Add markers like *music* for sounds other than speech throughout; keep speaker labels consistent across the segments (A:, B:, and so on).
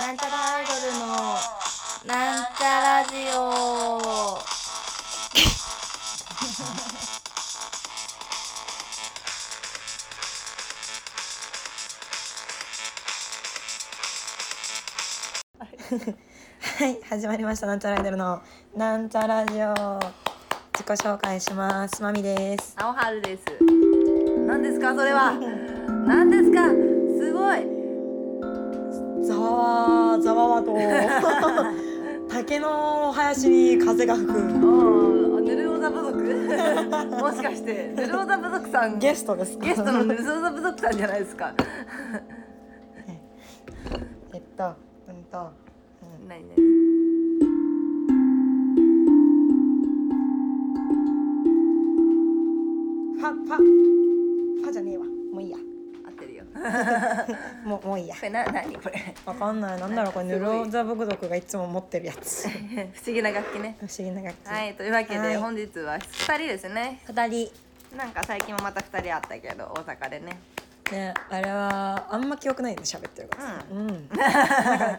A: なんちゃらアイドルのなんちゃラジオ
B: はい始まりましたなんちゃらアイドルのなんちゃラジオ自己紹介しますまみです
A: 青春です何ですかそれは何ですかすごい
B: ざわざわわと *laughs* 竹の林に風が吹く
A: おーぬるおざ部族 *laughs* もしかしてぬるおざ部族さん
B: ゲストですか
A: ゲストのぬるおざ部族さんじゃないですか
B: *laughs* えっとうんと、うん
A: 何何
B: ファファファじゃねえわもういいや
A: 合ってるよ
B: もうもういいや
A: これな何これ
B: わかんないなんだろうこれ
A: す
B: ヌ
A: ごい
B: ロザブクドクがいつも持ってるやつ不
A: 不思議な楽器ね
B: 思議な楽器
A: はいというわけで、
B: はい
A: 本日は2人ですね
B: 二人
A: なんか最近もまた2人あったけど大阪でね
B: ねあれはあんま記憶ないね喋ってるからさ、
A: う
B: うんなんか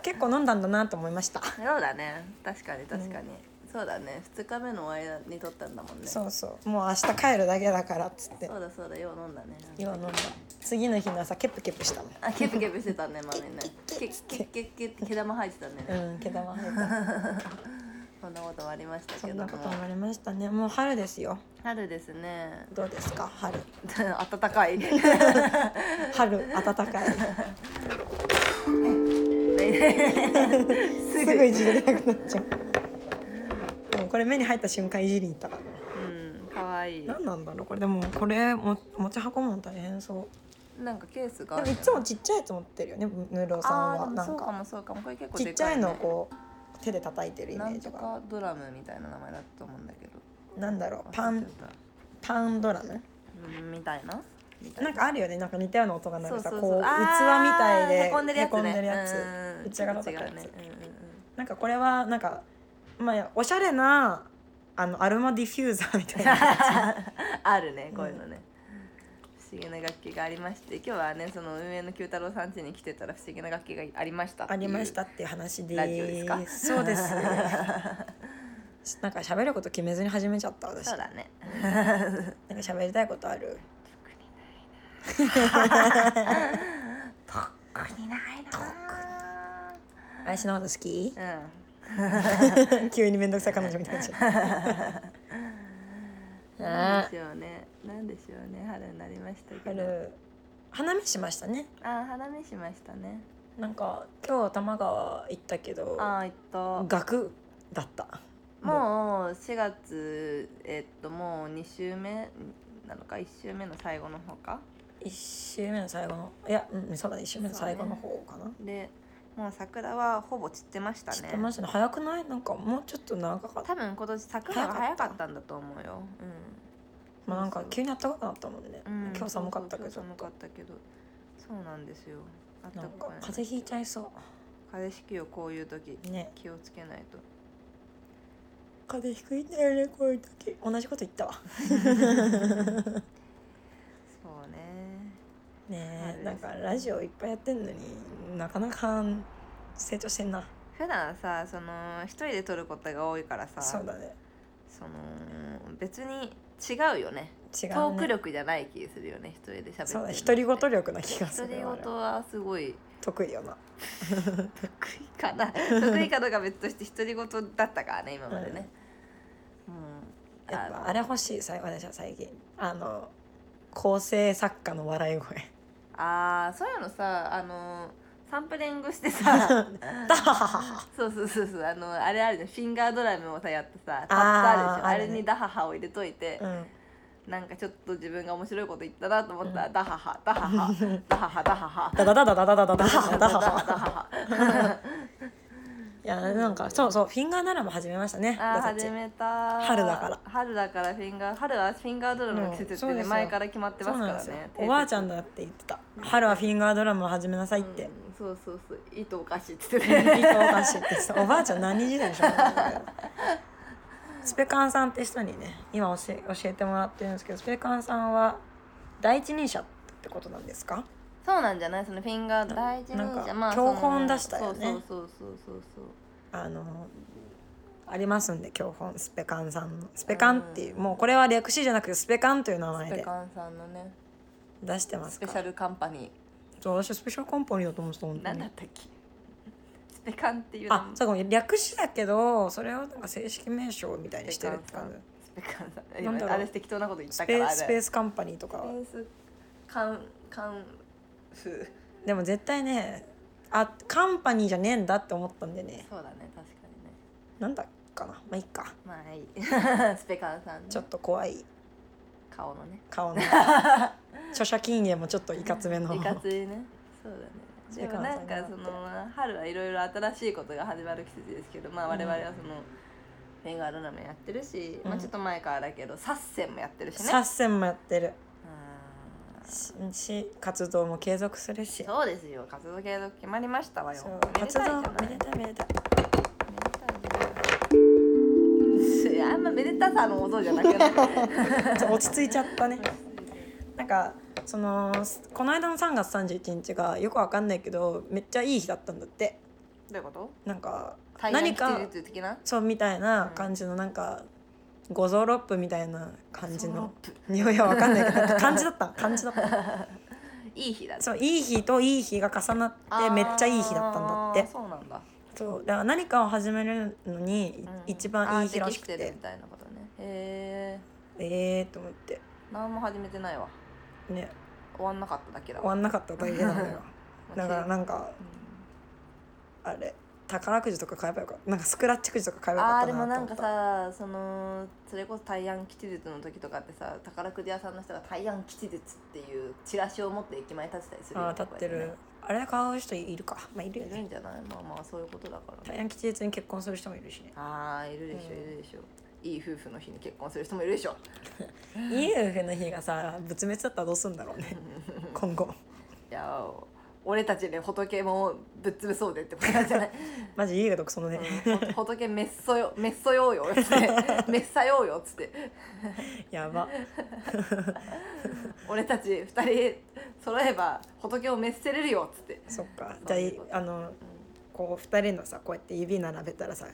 B: 結構飲んだんだなと思いました
A: そうだね確かに確かに、そうだね2日目のお間に撮ったんだもんね
B: そうそうもう明日帰るだけだからっつって
A: そうだそうだよう飲んだね
B: 今飲んだ次の日の朝ケプケプしたも
A: あケプケプしてたねまみね
B: *laughs*
A: ケッケッケッケッって毛玉入ってたんでね、
B: んうん毛玉生えた
A: そんなこともありました
B: *laughs* そ
A: け
B: ん
A: ど
B: な
A: も
B: こともありましたねもう春ですよ
A: 春ですね *laughs*
B: どうですか春 *laughs*
A: 暖かいね
B: 春暖 *laughs* かい
A: す
B: す
A: ぐ
B: ぐいじれなくなっちゃうでもこれ目に入った瞬間いじりに行ったから
A: うんかわいい
B: 何なんだろうこれでもこれも持ち運ぶの大変そう
A: なんかケースが
B: で
A: ある
B: もい
A: よね
B: つもちっちゃいやつ持ってるよねヌロさん
A: あー
B: は
A: で
B: な
A: もそ
B: ん
A: うか
B: か
A: もそうかもこれ結構
B: ちっ
A: で
B: ちゃ
A: か
B: い
A: い、ね、
B: のをこう手で叩いてるイメ
A: な
B: ー
A: ん
B: ジ
A: と
B: が
A: かドラムみたいな名前だったと思うんだけど
B: なんだろうパ
A: 忘れ
B: ン
A: ちゃっ
B: パンドラム
A: たうんみたいなみたい
B: なんかあるよねなんか似たような音が鳴るさこう器み
A: あー
B: たいで
A: へこんでるやつね
B: へこんでるやつ
A: うんうん
B: 内側が高いやつ
A: 違うねうんうん
B: なんかこれはなんかまあおしゃれなあのアロマディフューザーみた
A: *laughs*
B: いな
A: う
B: や
A: んあるねこういうのね、不思議な楽器がありまして今日はねその運営の九太郎さん家に来てたら不思議な楽器がありましたっ
B: つ
A: てい
B: あ
A: う
B: りましたっていう話で
A: ラジオですか
B: すそ
A: *laughs*
B: うですなんか喋ること決めずに始めちゃった私
A: そう
B: なんか
A: だね
B: 喋りたいことある
A: 特にないなあ
B: 私のこと好き
A: うん
B: *laughs* 急に面倒くさい彼女みたいになっちゃ
A: な
B: *laughs* っ
A: んでしょうねなんでしょうね春になりました
B: た
A: けど
B: 春花見しましたね
A: あ花見しましたね
B: なんか今日多摩川行ったけど
A: あーえっと
B: 額だった
A: もう4月えっともう2週目なのか1週目の最後の方か
B: 一周目の最後のいや、うん、そうだね一周目の最後の方かな、
A: でもう桜はほぼ散ってました
B: 知ってま
A: ね
B: したね早くないなんかもうちょっと長かった
A: 多分今年桜が早かったんだと思うよ
B: まあなんか急にあったかくなったもんね、
A: うん、うん、
B: 今日寒かったけど
A: そうそう今日寒かったけどそうなんですよあったか
B: な
A: く
B: んか
A: ない
B: 風邪ひいちゃいそ
A: 風邪ひきよこういう時
B: うね
A: 気をつけないと
B: 風邪ひくんだよねこういう時同じこと言ったわ
A: そうねそう
B: ねえ
A: です
B: なんかラジオいっぱいやってんのになかなか成長してんな
A: 普段さその一人で撮ることが多いからさ
B: そうだね
A: その別に違うよね
B: 違うね
A: トーク力じゃない気するよね一人で喋ってる
B: そう
A: の
B: だ
A: って
B: 独り言力な気がす
A: 独
B: る
A: り言
B: あれは
A: はすごい
B: 得意よな
A: 得意
B: *laughs*
A: かな得意かどうか別として独り言だったからね今までね、うん
B: やっ
A: の
B: ぱあれ欲しいさい私は最近あの構成作家の笑い声
A: あーそういうのさあのサンプリングしてさ
B: *laughs* ダハハハハ
A: そうそうそうそうあのあれあるじゃんフィンガードラムをさやってさタップあるでしょあ
B: あ
A: れ
B: るね
A: にダハハを入れといて、
B: うん
A: なんかちょっと自分が面白いこと言ったなと思ったら、ダハハダハハダハハダハハ
B: ダダダダダダダダダハハダハ
A: ダ
B: ハ
A: ハハ
B: いやなんかそうそうフィンガーならも始めました *laughs* ね
A: あー
B: 私たち
A: 始めた
B: 春だから
A: 春だからフィンガー春はフィンガードラムの季節って
B: うんそう
A: ね
B: ですよ
A: 前から決まってますからね
B: そうなんです
A: 定
B: よ
A: 説
B: おばあちゃんだって言ってた春はフィンガードラムを始めなさいっ
A: う
B: て
A: ん、そうそうそう糸おかしいっつって
B: いい
A: ね
B: とおかしいってさおばあちゃん何時代でしょうスペカンさんって人にね今教え教えてもらってるんですけどスペカンさんは第一人者ってことなんですか
A: *laughs* そうなんじゃないそのフィンガー大事に
B: なん
A: じゃ
B: か
A: まあ
B: 教本出したよね
A: そのそうそうそうそうそう
B: あのありますんで教本スペカンさんのスペカンっていう、もうこれは略詞じゃなくてスペカンという名
A: そう
B: 前
A: スペ
B: で
A: カンさんのね
B: 出してま
A: ス
B: す
A: ペ
B: か
A: シ
B: ら
A: ャルカンパニ
B: そう私はスペシャルコンパニーだと思ってた本
A: ー
B: 当
A: なん
B: に
A: だったっけスペカンっていうの
B: あそうか略詞だけどそれをなんか正式名称みたいにしてるって感じ
A: スペカンさん
B: なんだろう
A: あれ適当なこと言っ
B: ス
A: たから
B: ペ
A: あれ
B: スペースカンパニーとか
A: スペースカンカンフ
B: でも絶対ねあカンパニーじゃねえんだって思ったんでね
A: そうだね確かにね
B: なんだっかなまあいいか
A: まあい *laughs* いスペカンさん
B: ちょっ
A: の
B: と怖い
A: 顔のね *laughs*
B: 顔の著者禁煙もちょっといかつめの
A: いかつい
B: *laughs*
A: ねそう
B: ス
A: だね
B: ペ
A: で
B: カ
A: も
B: ン
A: な
B: さ
A: ん
B: んが
A: かその春はいろいろ新しいことが始まる季節ですけどまあ
B: うん
A: 我々はその、ベンガールナメやってるし、ま
B: う
A: あ
B: ん
A: ちょっと前からだけどサッセンもやってるしね
B: サッセンもやってる
A: うん
B: しし活動も継続するし
A: そうですよ活動継続決まりましたわよ
B: そう
A: めで
B: 活
A: たいじ
B: 動
A: ゃない
B: めでたいめでたい
A: めでたいじゃないあんまめでたさの音じゃ
B: *laughs*
A: なくなる
B: ちょっと落ち着いちゃった
A: *laughs*
B: ねなんかそのこの間の3月31日がよくわかんないけどめっちゃいい日だったんだって
A: どういうこと
B: なんか
A: 何
B: 何
A: か
B: か
A: 的な
B: そうみたいな感じのなんか五臓六腑みたいな感じの匂いはわかんないけどなんか感じ
A: *laughs*
B: だった感じだった
A: いい日だって
B: そういい日といい日が重なってめっちゃいい日だったんだって
A: あーそうなんだ
B: そうだから何かを始めるのに
A: うん
B: 一番いい日
A: あー
B: ら
A: 適
B: し
A: し
B: く
A: て
B: て
A: るみたいなことねへえ
B: ええー、と思って
A: 何も始めてないわ
B: ね
A: 終わんなかっただけだ
B: 終わんなかっただけなのよだから
A: な
B: なんかあれ宝くじとか買えばよかったなんかスクラッチくじとか買えばよか
A: あ
B: っ
A: ーで
B: た
A: も
B: な
A: な
B: と
A: んか
B: 思った
A: さそのそれこそ大安吉日の時とかってさ宝くじ屋さんの人が大安吉日っていうチラシを持って駅前に立ってたりするよ
B: あ
A: ね
B: ー立って
A: こうや
B: るあれ買う人いるかまあいるよ
A: ってねいる
B: ね
A: んじゃないまあまあそういうことだから
B: 大
A: ね
B: 安吉日に結婚する人もいるしね
A: ああいるでしょ
B: うん
A: いるでしょ、いい夫婦の日に結婚する人もいるでしょ
B: いい夫婦の日がさ仏滅だったらどうすんだろうね今後
A: いや俺たちで仏もぶっ潰そうでってことなんじゃない
B: マジ家が独そのね、
A: うんほ *laughs* 仏めっそよめっそようよっつって *laughs* めっさようよっつって
B: やば
A: 俺たち二人揃えば仏をめっせれるよっつって、
B: そっかじ
A: そ
B: ゃ
A: う
B: あ
A: いう
B: い
A: こと
B: あの
A: うん
B: こう二人のさこうやって指並べたらさ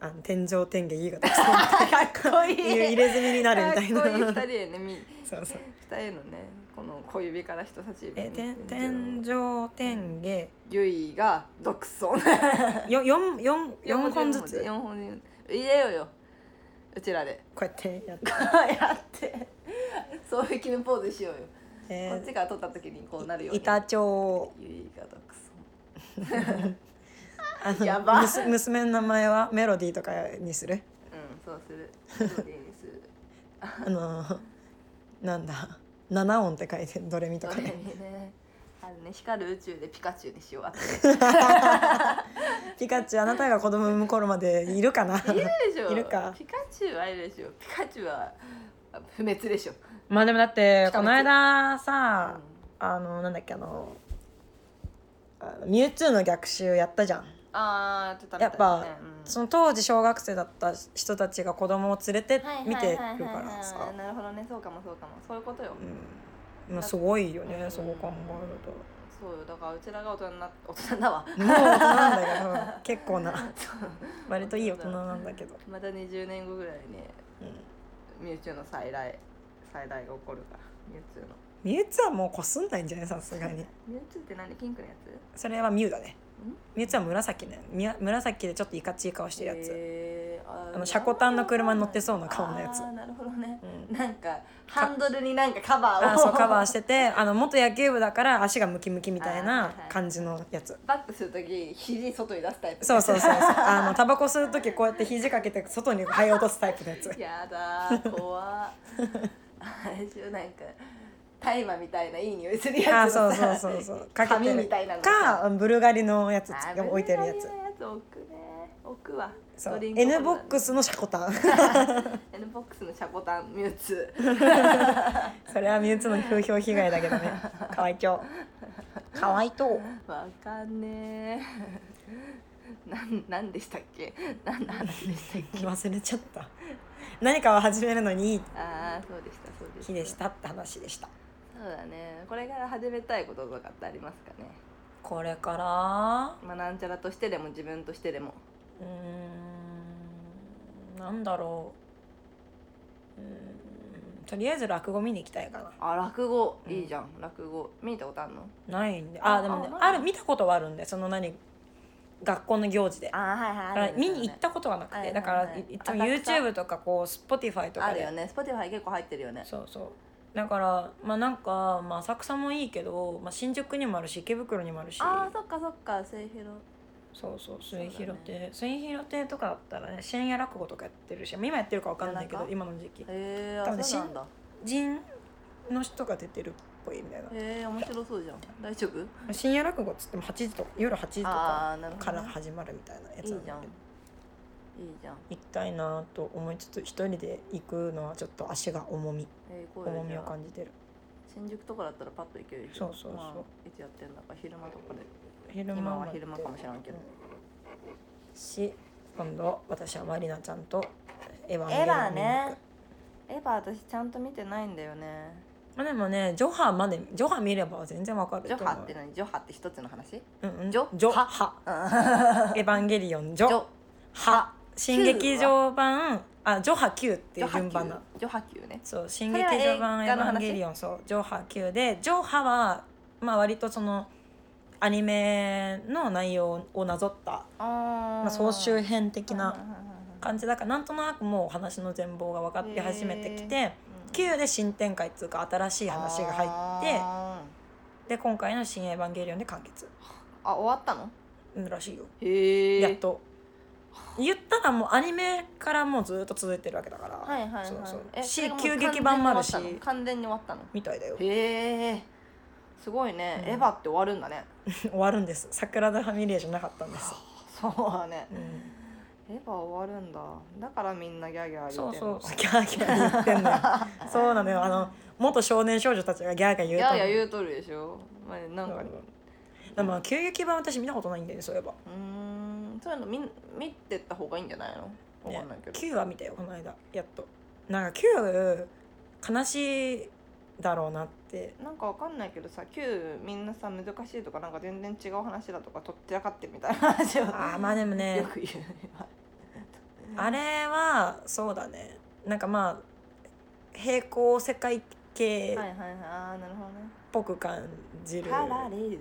B: あの天井天下家が独 *laughs* そ
A: かっこいい
B: のいう入れ墨になるみたいな
A: かっこいい二人へねみ
B: そうそう
A: 二人のねこの小指から人差し指
B: え天天井天下
A: *laughs* ゆいが独尊
B: よ四四 *laughs* 四本ずつ
A: 四本ずつ入れようようちらで *laughs*
B: こうやってやって、
A: やってそういう記念ポーズしようよ、
B: え
A: こっちから取った時にこうなるように
B: 板長
A: ゆいが独尊
B: あの
A: やば
B: むす娘の名前はメロディーとかにする
A: うんそうするそうでいいでする
B: あのなんだ七音って書いてドレミと
A: そ
B: か
A: れ
B: ね
A: にねあのね光る宇宙でピカチュウにしようあと
B: ピカチュウあなたが子供産む頃までいるかない
A: るでしょ
B: *laughs* いるか
A: ピカチュウはいるでしょピカチュウはあ不滅でしょ、
B: まあでもだって
A: 北口
B: この間さ
A: うん
B: あのなんだっけあのあのミュウツーの逆襲やったじゃん
A: ああやってたみた
B: や
A: い
B: っ
A: ですね
B: ぱ、
A: うん
B: その当時小学生だった人たちが子供を連れて見てるから
A: はいはいはいはいは
B: さ
A: い、なるほどねそうかもそうかもそういうことよ、
B: うんまあ、すごいよね、
A: うん
B: そう考
A: そうよだからうちらが大人にな *laughs* 大人だわ
B: えるともう大人なんだけどうん結
A: *laughs*
B: 構な
A: そう
B: 割といい大人なんだけど、
A: また20年後ぐらいに
B: うん
A: ミュウチュウの再来再来が起こるからミュウチュウの
B: ミュウツーはもうこすんないんじゃないさすがに
A: ミュウチュウって何ピンクのやつ
B: それはミュウだね
A: ん
B: ミュウツーは紫ねみや紫でちょっといかちい顔してるやつ、
A: えー、あー
B: あのシャコタンの車に乗ってそうな顔のやつ
A: あーなるほどね、
B: うん
A: なんかハンドルになんかカバーを
B: あそうカバーしててあの元野球部だから足がムキムキみたい
A: あー
B: な
A: はいはい
B: 感じのやつ
A: バックするとき肘外に出すタイプ
B: そうそうそうそうあのタバコ吸う時こうやって肘かけて外に這い落とすタイプのやつ
A: *laughs* やだー怖っあれでしょなんか大麻みたいないい匂いする
B: あ
A: や
B: ー
A: つの
B: そう
A: さ
B: そうそうそうかけ
A: *laughs*
B: て
A: 紙
B: る
A: みたいなの
B: かブルガリのやつ
A: あー
B: 置いてるや
A: ブ
B: つ
A: ルガリのやつ置くね置くわ
B: そう
A: ドリンクホルダー
B: N ボックスのシャコタン *laughs*
A: N ボックスのシャコタンミュウツー
B: それは身内の風評被害だけどねかわいきょうかわいとう
A: わかんねえなんなんでしたっけ何の話でしたっけ
B: *laughs* 忘れちゃった何かを始めるのにいい
A: ああそうでしたそうでした
B: 日でしたって話でした
A: そうそうだねこれから始めたいこととかってありますかね
B: これから
A: まあなんちゃらとしてでも自分としてでも
B: うーんなんだろううーんとりあえず落語見に行きたいかな
A: あ落語
B: うん
A: いいじゃん、落語見に行ったことあるの
B: ないんであ
A: あ
B: でもね
A: あまだ
B: ある見たことはあるんでその何学校の行事で
A: あはい
B: だから見に行ったことがなく
A: はい
B: てだから
A: はいはい
B: いいつ
A: 浅草
B: も YouTube とかこう Spotify と
A: あ
B: か
A: る
B: で
A: よね Spotify 結構入ってるよね
B: そうそうだからまあなんか、まあ、浅草もいいけど、まあ、新宿にもあるし池袋にもあるし
A: あーそっかそっか末広
B: そうそう末広
A: そうだ
B: 亭末広亭とかだったらね深夜落語とかやってるしまあ今やってるかわかんないけど
A: 夜中
B: 今の時期
A: へえ
B: 多
A: あ
B: 分ね
A: そうなんだ
B: 人の人が出てるっぽいみたいな
A: へえ面白そうじゃん大丈夫
B: 深夜落語っつっても8時とか夜8時とか
A: あーなるほ
B: か
A: ど
B: ら
A: ね、
B: 始まるみたいなや
A: いい
B: つなん
A: じ
B: だ
A: ゃん
B: けど
A: いいじゃん
B: 行きたいなと思いつつ一人で行くのはちょっと足が重み
A: えー、こうい
B: 重
A: う
B: み
A: じゃ
B: を
A: あ
B: 感じてる
A: 新宿とかだったらパッと行けるし
B: そうそうそう
A: まあ、いつやってんだか昼間とかで
B: 昼
A: 今は
B: まで
A: 昼間かもしれんけど
B: し今度私はマリナちゃんとエヴァンゲリ
A: エ
B: オン
A: ヴァ
B: 見に行く
A: ねエヴァ私ちゃんと見てないんだよね
B: まあでもねジョハまでジョハ見れば全然わかる
A: ジ
B: と
A: ョ
B: 思う
A: ハって何ジョハって一つの話
B: うんうん、
A: ジョ
B: ジョハエヴァンゲリオンジ
A: ジ
B: ョ
A: ョ
B: ハ新劇場版あジョハ Q っ
A: ジ
B: てい
A: ョ
B: う
A: ハ級
B: 順番だ
A: ジョハ級ね
B: そう新
A: そ
B: 劇
A: れは
B: 場版
A: 映
B: エ
A: 画
B: ヴ
A: の話
B: ァンゲリオンそうジョハ Q でジョハはまあ割とそのアニメの内容をなぞった、
A: あ、
B: ま
A: ま
B: あ、総集編的
A: はい
B: な
A: はいはいはい
B: 感じだからなんとなくもう話の全貌が分かって始めてきて
A: うん
B: Q で新展開っつうか新しい話が入って
A: あ
B: で今回の「新エヴァンゲリオン」で完結
A: ーあ終わったの
B: うんらしいよ
A: へえ
B: やっと言ったらもうアニメからもうずっと続いてるわけだから、
A: はいはいはい
B: そうそう
A: えそれが
B: し
A: もう
B: 急激版もあるし
A: 完全に終わったの完
B: みたいだよ *laughs*
A: 全に終わったのへえすごいね、
B: うん
A: エヴァって終わるんだね
B: 終わるんです桜田ファミリーじゃなかったんです、
A: そうだね
B: うん、
A: エヴァ終わるんだだからみんなギャーギャー言
B: そ
A: っ
B: う
A: てん
B: そ
A: の
B: *laughs* うギャーギャー言ってんのよそうなのよあの元少年少女たちがギャーギャー
A: ギ
B: 言う
A: ャ
B: と
A: ーギャー
B: う
A: 言うとるでしょ、まあ、なんか
B: そうでも急激版私見たことないんだよねそういえば
A: うーんそういうの見見てった方がいいんじゃないのわかんないけど、
B: 9は見たよこの間やっとなんか9悲しいだろうなって
A: なんかわかんないけどさ旧みんなさ難しいとかなんか全然違う話だとかとっちらかってみたいな話を
B: あーまあでもね
A: よく言う
B: あれはそうだねなんかまあ平行世界系っ
A: はいはいはいああなるほどね
B: ぽく感じる
A: パラレル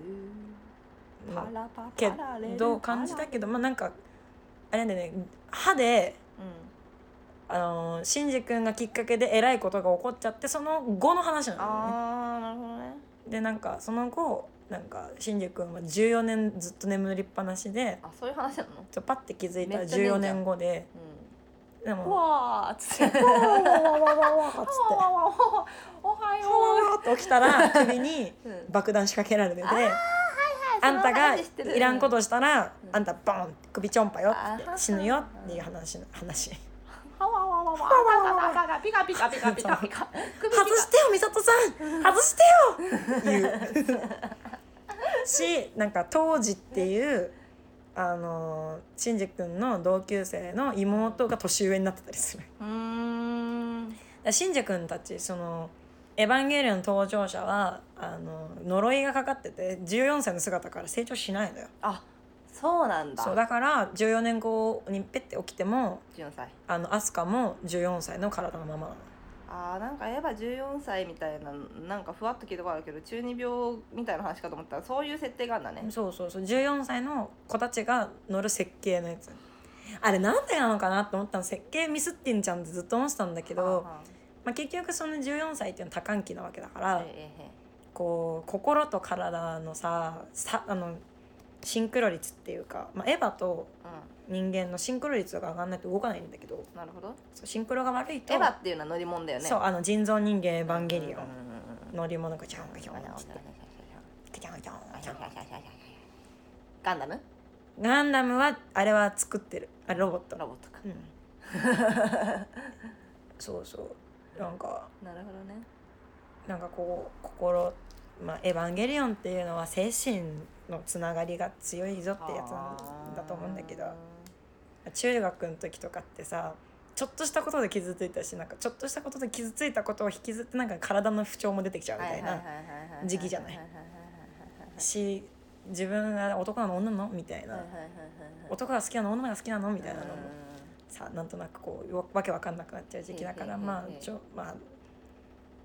A: パ
B: の
A: ラパ
B: け
A: パラレル
B: ど感じた
A: パ
B: けどまあなんかあれなんだよね歯で、
A: ラうん
B: あのー、シンジ君がきっかけでえらいことが起こっちゃってその後の話なんだよね。
A: ああなるほどね
B: でなんかその後なんかシンジ君は14年ずっと眠りっぱなしで
A: あそういう話なの
B: ちょパッて気づいたら
A: めっちゃ寝んじゃ
B: 14
A: ん
B: 年後で
A: う
B: で
A: んう
B: も
A: わーっつって
B: 「わわわわわわわ」っつっ
A: わ
B: て
A: ーわーわーわーおは
B: 「わわ
A: よ
B: わ」って起きたら首に。
A: ううん
B: 爆弾仕掛けられてて
A: あーはい
B: あんたが
A: その話知ってる
B: いらんことしたら、
A: うん
B: あんたボンって首ちょんぱよっ
A: あ
B: て
A: はは
B: 死ぬよっていう話の話
A: はわわわわ
B: わわわ
A: 赤が赤がピカピカピカピカピカ首ピカ
B: 外してよ美里さん外してよ言うしなんか当時っていうあのーシンジ君の同級生の妹が年上になってたりするだか
A: うーん
B: らシンジ君たちその「エヴァンゲリオン」登場者はあの呪いがかかってて14歳の姿から成長しないのよ
A: あそうなんだ
B: そうだから14年後にペッて起きても
A: 14歳
B: あのアスカも14歳の体のままなの
A: あーなんかエヴァ14歳みたいななんかふわっと聞いたことあるけど中二病みたいな話かと思ったらそういう設定があるんだね
B: そうそうそう14歳の子たちが乗る設計のやつあれなんでなのかなと思ったの設計ミスってんじゃんってずっと思ってたんだけど
A: あ
B: まあ、結局その14歳っていうのは多感期なわけだか
A: ー
B: ら、
A: はーええ
B: こう心と体のささあのシンクロ率っていうか、まあ、エヴァと
A: ええ
B: 人間のシンクロ率が上がらないと動かないんだけど
A: うんなるほど
B: そうシンクロが悪いと
A: エヴァっていうのは乗り物だよね
B: そうあの人造人間エヴァンゲ
A: うん
B: リ
A: うん
B: オン、乗り物がジャンガジャンガジャンガジャンガジャンガジャン
A: ガンダム
B: ガンダムはあれは作ってるあれロボット
A: ロボットか
B: うんそうそうなんか
A: なるほどね
B: なんかこう心まあエヴァンゲリオンっていうのは精神のつながりが強いぞってやつなんだと思うんだけど
A: あ
B: 中学の時とかってさちょっとしたことで傷ついたしなんかちょっとしたことで傷ついたことを引きずってなんか体の不調も出てきちゃうみたいな時期じゃないし自分が男なの女なのみたいな男が好きなの女が好きなのみたいなのもさなんとなくこうわわけわかんなくなっちゃう時期だから
A: うんうんうんうん
B: まあちょまあ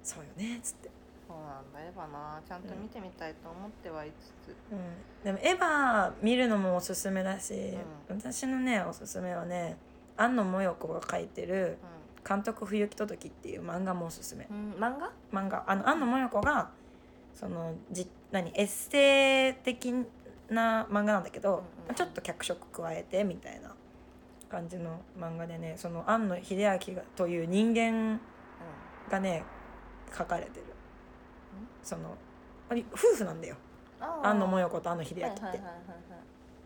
B: そうよねっつって、
A: そうなんだエヴァなちゃんと見てみたいと思ってはいつつ、
B: うん、でもエヴァ見るのもおすすめだし、
A: う
B: 私のねおすすめはね庵野もよこが書いてる「監督不行き届き」っていう漫画もおすすめ
A: うんうん、漫画
B: 漫画あの庵野もよこがそのじ何エッセイ的な漫画なんだけど、
A: うんうんうん
B: ちょっと脚色加えてみたいな感じの漫画でねその庵野秀明がという人間がね書かれてるそのあれ夫婦なんだよ
A: あー
B: 庵野もよこと庵野秀明って、
A: はいはいはいはいはい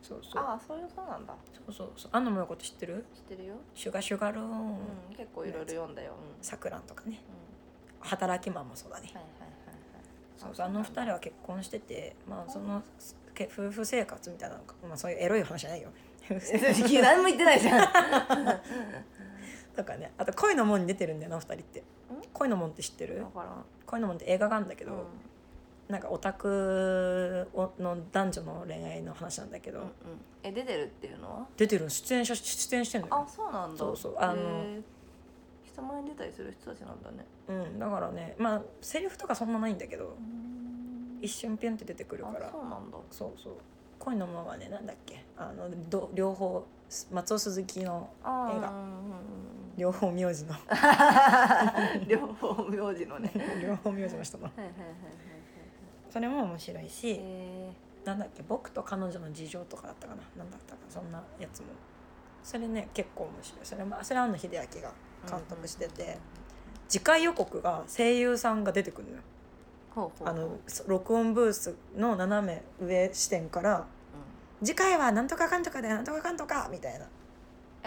B: そうそう
A: ああそういうそうなんだ
B: そうそうそう庵野もよこって知ってる
A: 知ってるよ、
B: シュガシュガローン
A: うん、結構いろいろ読んだよ、うん
B: さくらんとかね
A: う
B: 働きマンもそうだね
A: ん、はいはいはい
B: そうそうあの二人は結婚してて、まあ、そのけ夫婦生活みたいなのか、まあ、そういうエロい話じゃないよ *laughs* 夫婦
A: は
B: 生
A: い *laughs*
B: 活
A: 何も言ってないじゃん
B: とかねあと「恋の門」に出てるんだよなお二人って恋の門って知ってる
A: だからん
B: 恋の門って映画があるんだけ
A: け
B: ど、
A: ど、
B: なんかオタクの男女の恋愛の話なんだけ
A: う
B: ど、
A: んうん、え出てるっていうのは
B: 出てるの出演者出演してんの
A: あ
B: よ、
A: そうなんだ
B: そうそうあの
A: へー人前に出たりする人たちなんだね
B: うん、だからねまあセリフとかそんなないんだけど一
A: 緒
B: 瞬ピュンって出てくるから
A: そうなんだ
B: そうそう恋の門はねなんだっけあのど両方松尾鈴木の
A: あー
B: 映画
A: うんうん
B: 両方名 *laughs* 字の
A: うん *laughs* 両方名字のね
B: 両方名字の人
A: *laughs*
B: の
A: はいはいはいはいはい
B: それも面白いし、
A: え
B: なんだっけ僕と彼女の事情とかだったかななんだったかそんなやつもそれね結構面白いそれもそれは庵野秀明が
A: ー
B: 監督してて、次回予告が声優さんが出てくるのよ、
A: ほうほうほう
B: あのそ録音ブースの斜め上視点から
A: う
B: 「次回はなんとかかんとかでなんとかかんとか」みたいな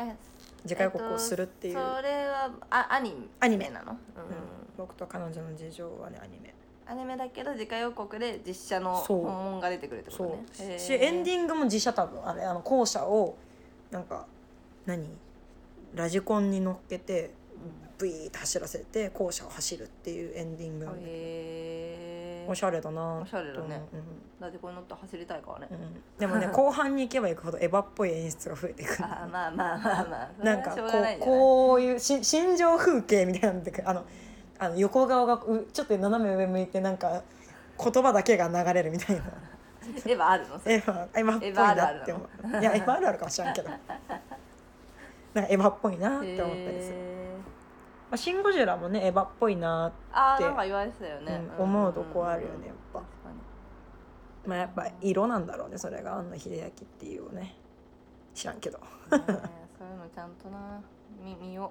B: ん
A: え
B: 次回予告をするっていう、
A: それはあアニ
B: アニメ
A: なの、うん
B: うん僕と彼女の事情はねアニメ
A: アニメだけど次回予告で実写の
B: そう
A: 本物が出てくるってこと
B: そ
A: ね
B: うしエンデ
A: ィン
B: ィングも自社多分あれあの校舎をなんか何ラジコンに乗っけてブイーって走らせて校舎を走るっていうエンディングなんだけ
A: へ
B: ど
A: え
B: おしゃれだな
A: おしゃれだ
B: と思う
A: ねだってこれ乗って走りたいからね、
B: うんうん
A: *laughs*
B: でもね後半に行けば行くほどエヴァっぽい演出が増えていく
A: あーまあまあまあまあそれ
B: *laughs* なん
A: は
B: か
A: し
B: こ
A: ょうがないうじゃない
B: こういうし心情風景みたいなのってあのあの横顔がうちょっと斜め上向いてなんか言葉だけが流れるみたいな
A: *laughs* エヴァあるのそれ
B: エヴァエヴァっぽいなって思ういやエヴァあるあるかもしれんけ
A: *laughs*
B: どなんかエヴァっぽいなって思ったりす
A: へ
B: る、
A: ー
B: まあ、シン・ゴジラもねエヴァっぽいな
A: あ
B: っ
A: ー
B: て
A: なんか言われてたよね、
B: うん思うとこあるよねやっぱ
A: 確かに
B: まあやっぱ色なんだろうねそれが庵野秀明っていうね知らんけど、
A: ねえそういうのちゃんとなみ見よ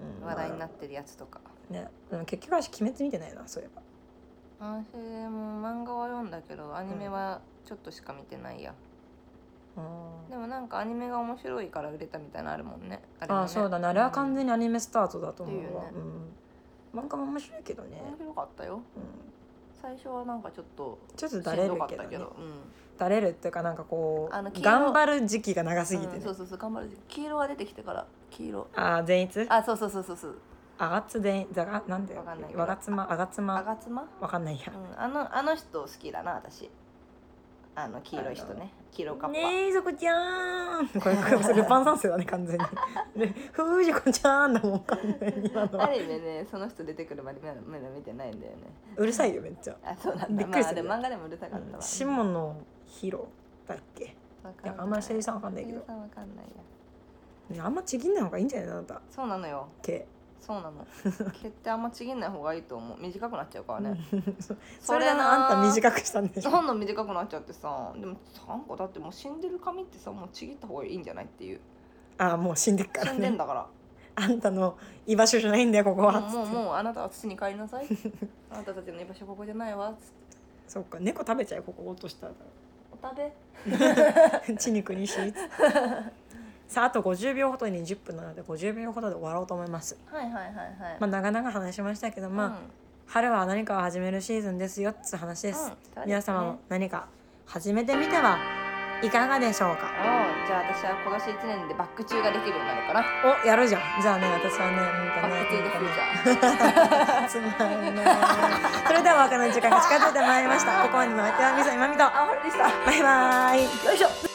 B: う
A: う
B: ん
A: 話題になっ
B: ま
A: てるやつとか
B: あね、うん結局私鬼滅見てないなそういえば
A: 私でも漫画は読んだけどアニメはちょっとしか見てないや、でもなんかアニメが面白いから売れたみたいなのあるもんねあ
B: ああそうだねあれは完全
A: に、
B: にアニメスタートだと思
A: っていうう
B: わ
A: ね、
B: うん、漫画も面白いけどね
A: うん、面白かったよ
B: うん、
A: 最初はなんかちょっと
B: ちょっと
A: し
B: だれ
A: ん
B: る
A: どかっ
B: け
A: た
B: ど,、
A: けど
B: ね、
A: うん
B: だれるっていうかなんかこ
A: あの黄
B: う
A: 色
B: 頑張る時期が長すぎて
A: う
B: ね、
A: んそうそうそう頑張る黄色が出てきてから黄色
B: ああ前逸
A: あそうそうそうそうそう
B: あがつでんざがなんだよ
A: わかんないけど
B: わがつまあがつ
A: あ
B: ま
A: がつま
B: わかんないや
A: うんあのあの人好きだな私あの黄色い人ね黄色かっぱ、
B: ねえそこちゃーんこれこれそれルパン三世だね完全にねふうじこちゃーんだもん完全に今の
A: あ
B: は
A: る意味ねその人出てくるまでまだまだ見てないんだよね
B: うるさいよめっちゃ
A: あそうなん
B: び
A: だ
B: っくり
A: まあ
B: す
A: あれ
B: る
A: 漫画でもうるさかったわ
B: 下野ひろだっけ
A: わか
B: い
A: んな
B: や
A: い
B: あんまり声優さんわかんないけ
A: 声
B: ど
A: 優さんわかんないや
B: ねあんまちぎんない方がいいんじゃないのあなた
A: そうなのよ
B: 毛
A: そうな
B: *laughs*
A: の毛ってあんまちぎんない方がいいと思う短くなっちゃうからね
B: それなあんた短くしたんでし
A: ど
B: ょ
A: んどん短くなっちゃってさでも3個だってもう死んでる髪ってさもうちぎった方がいいんじゃないっていう
B: ああもう死んでっか
A: 死
B: ら
A: んでん
B: ね
A: だから
B: あんたの居場所じゃないんだよここは
A: もうもうもうあなたは土に帰りなさ
B: *laughs*
A: いあなたたちの居場所ここじゃないわつって
B: そっか猫食べちゃうここ落
A: *laughs*
B: としたら *laughs*
A: お食べ
B: 血肉にしつってさああと50秒ほどに10分なので50秒ほどで終わろうと思います
A: はいはいはいはい
B: まあ長々話しましたけどまあ、
A: うん
B: 春は何かを始めるシーズンですよっつう話です、
A: うん
B: 皆様も何か始めてみてはいかがでしょうか
A: おうじゃあ私は今年1年でバック中ができるようになるから
B: おやるじゃんじゃあね私はねうんと
A: バ
B: ね
A: ック中でフューチャー
B: つまんない *laughs* それではお別れの時間が近づいてまいりましたここまでのお相手はみさ今みと
A: あ、ほらでした。
B: バイバイ
A: よいしょ。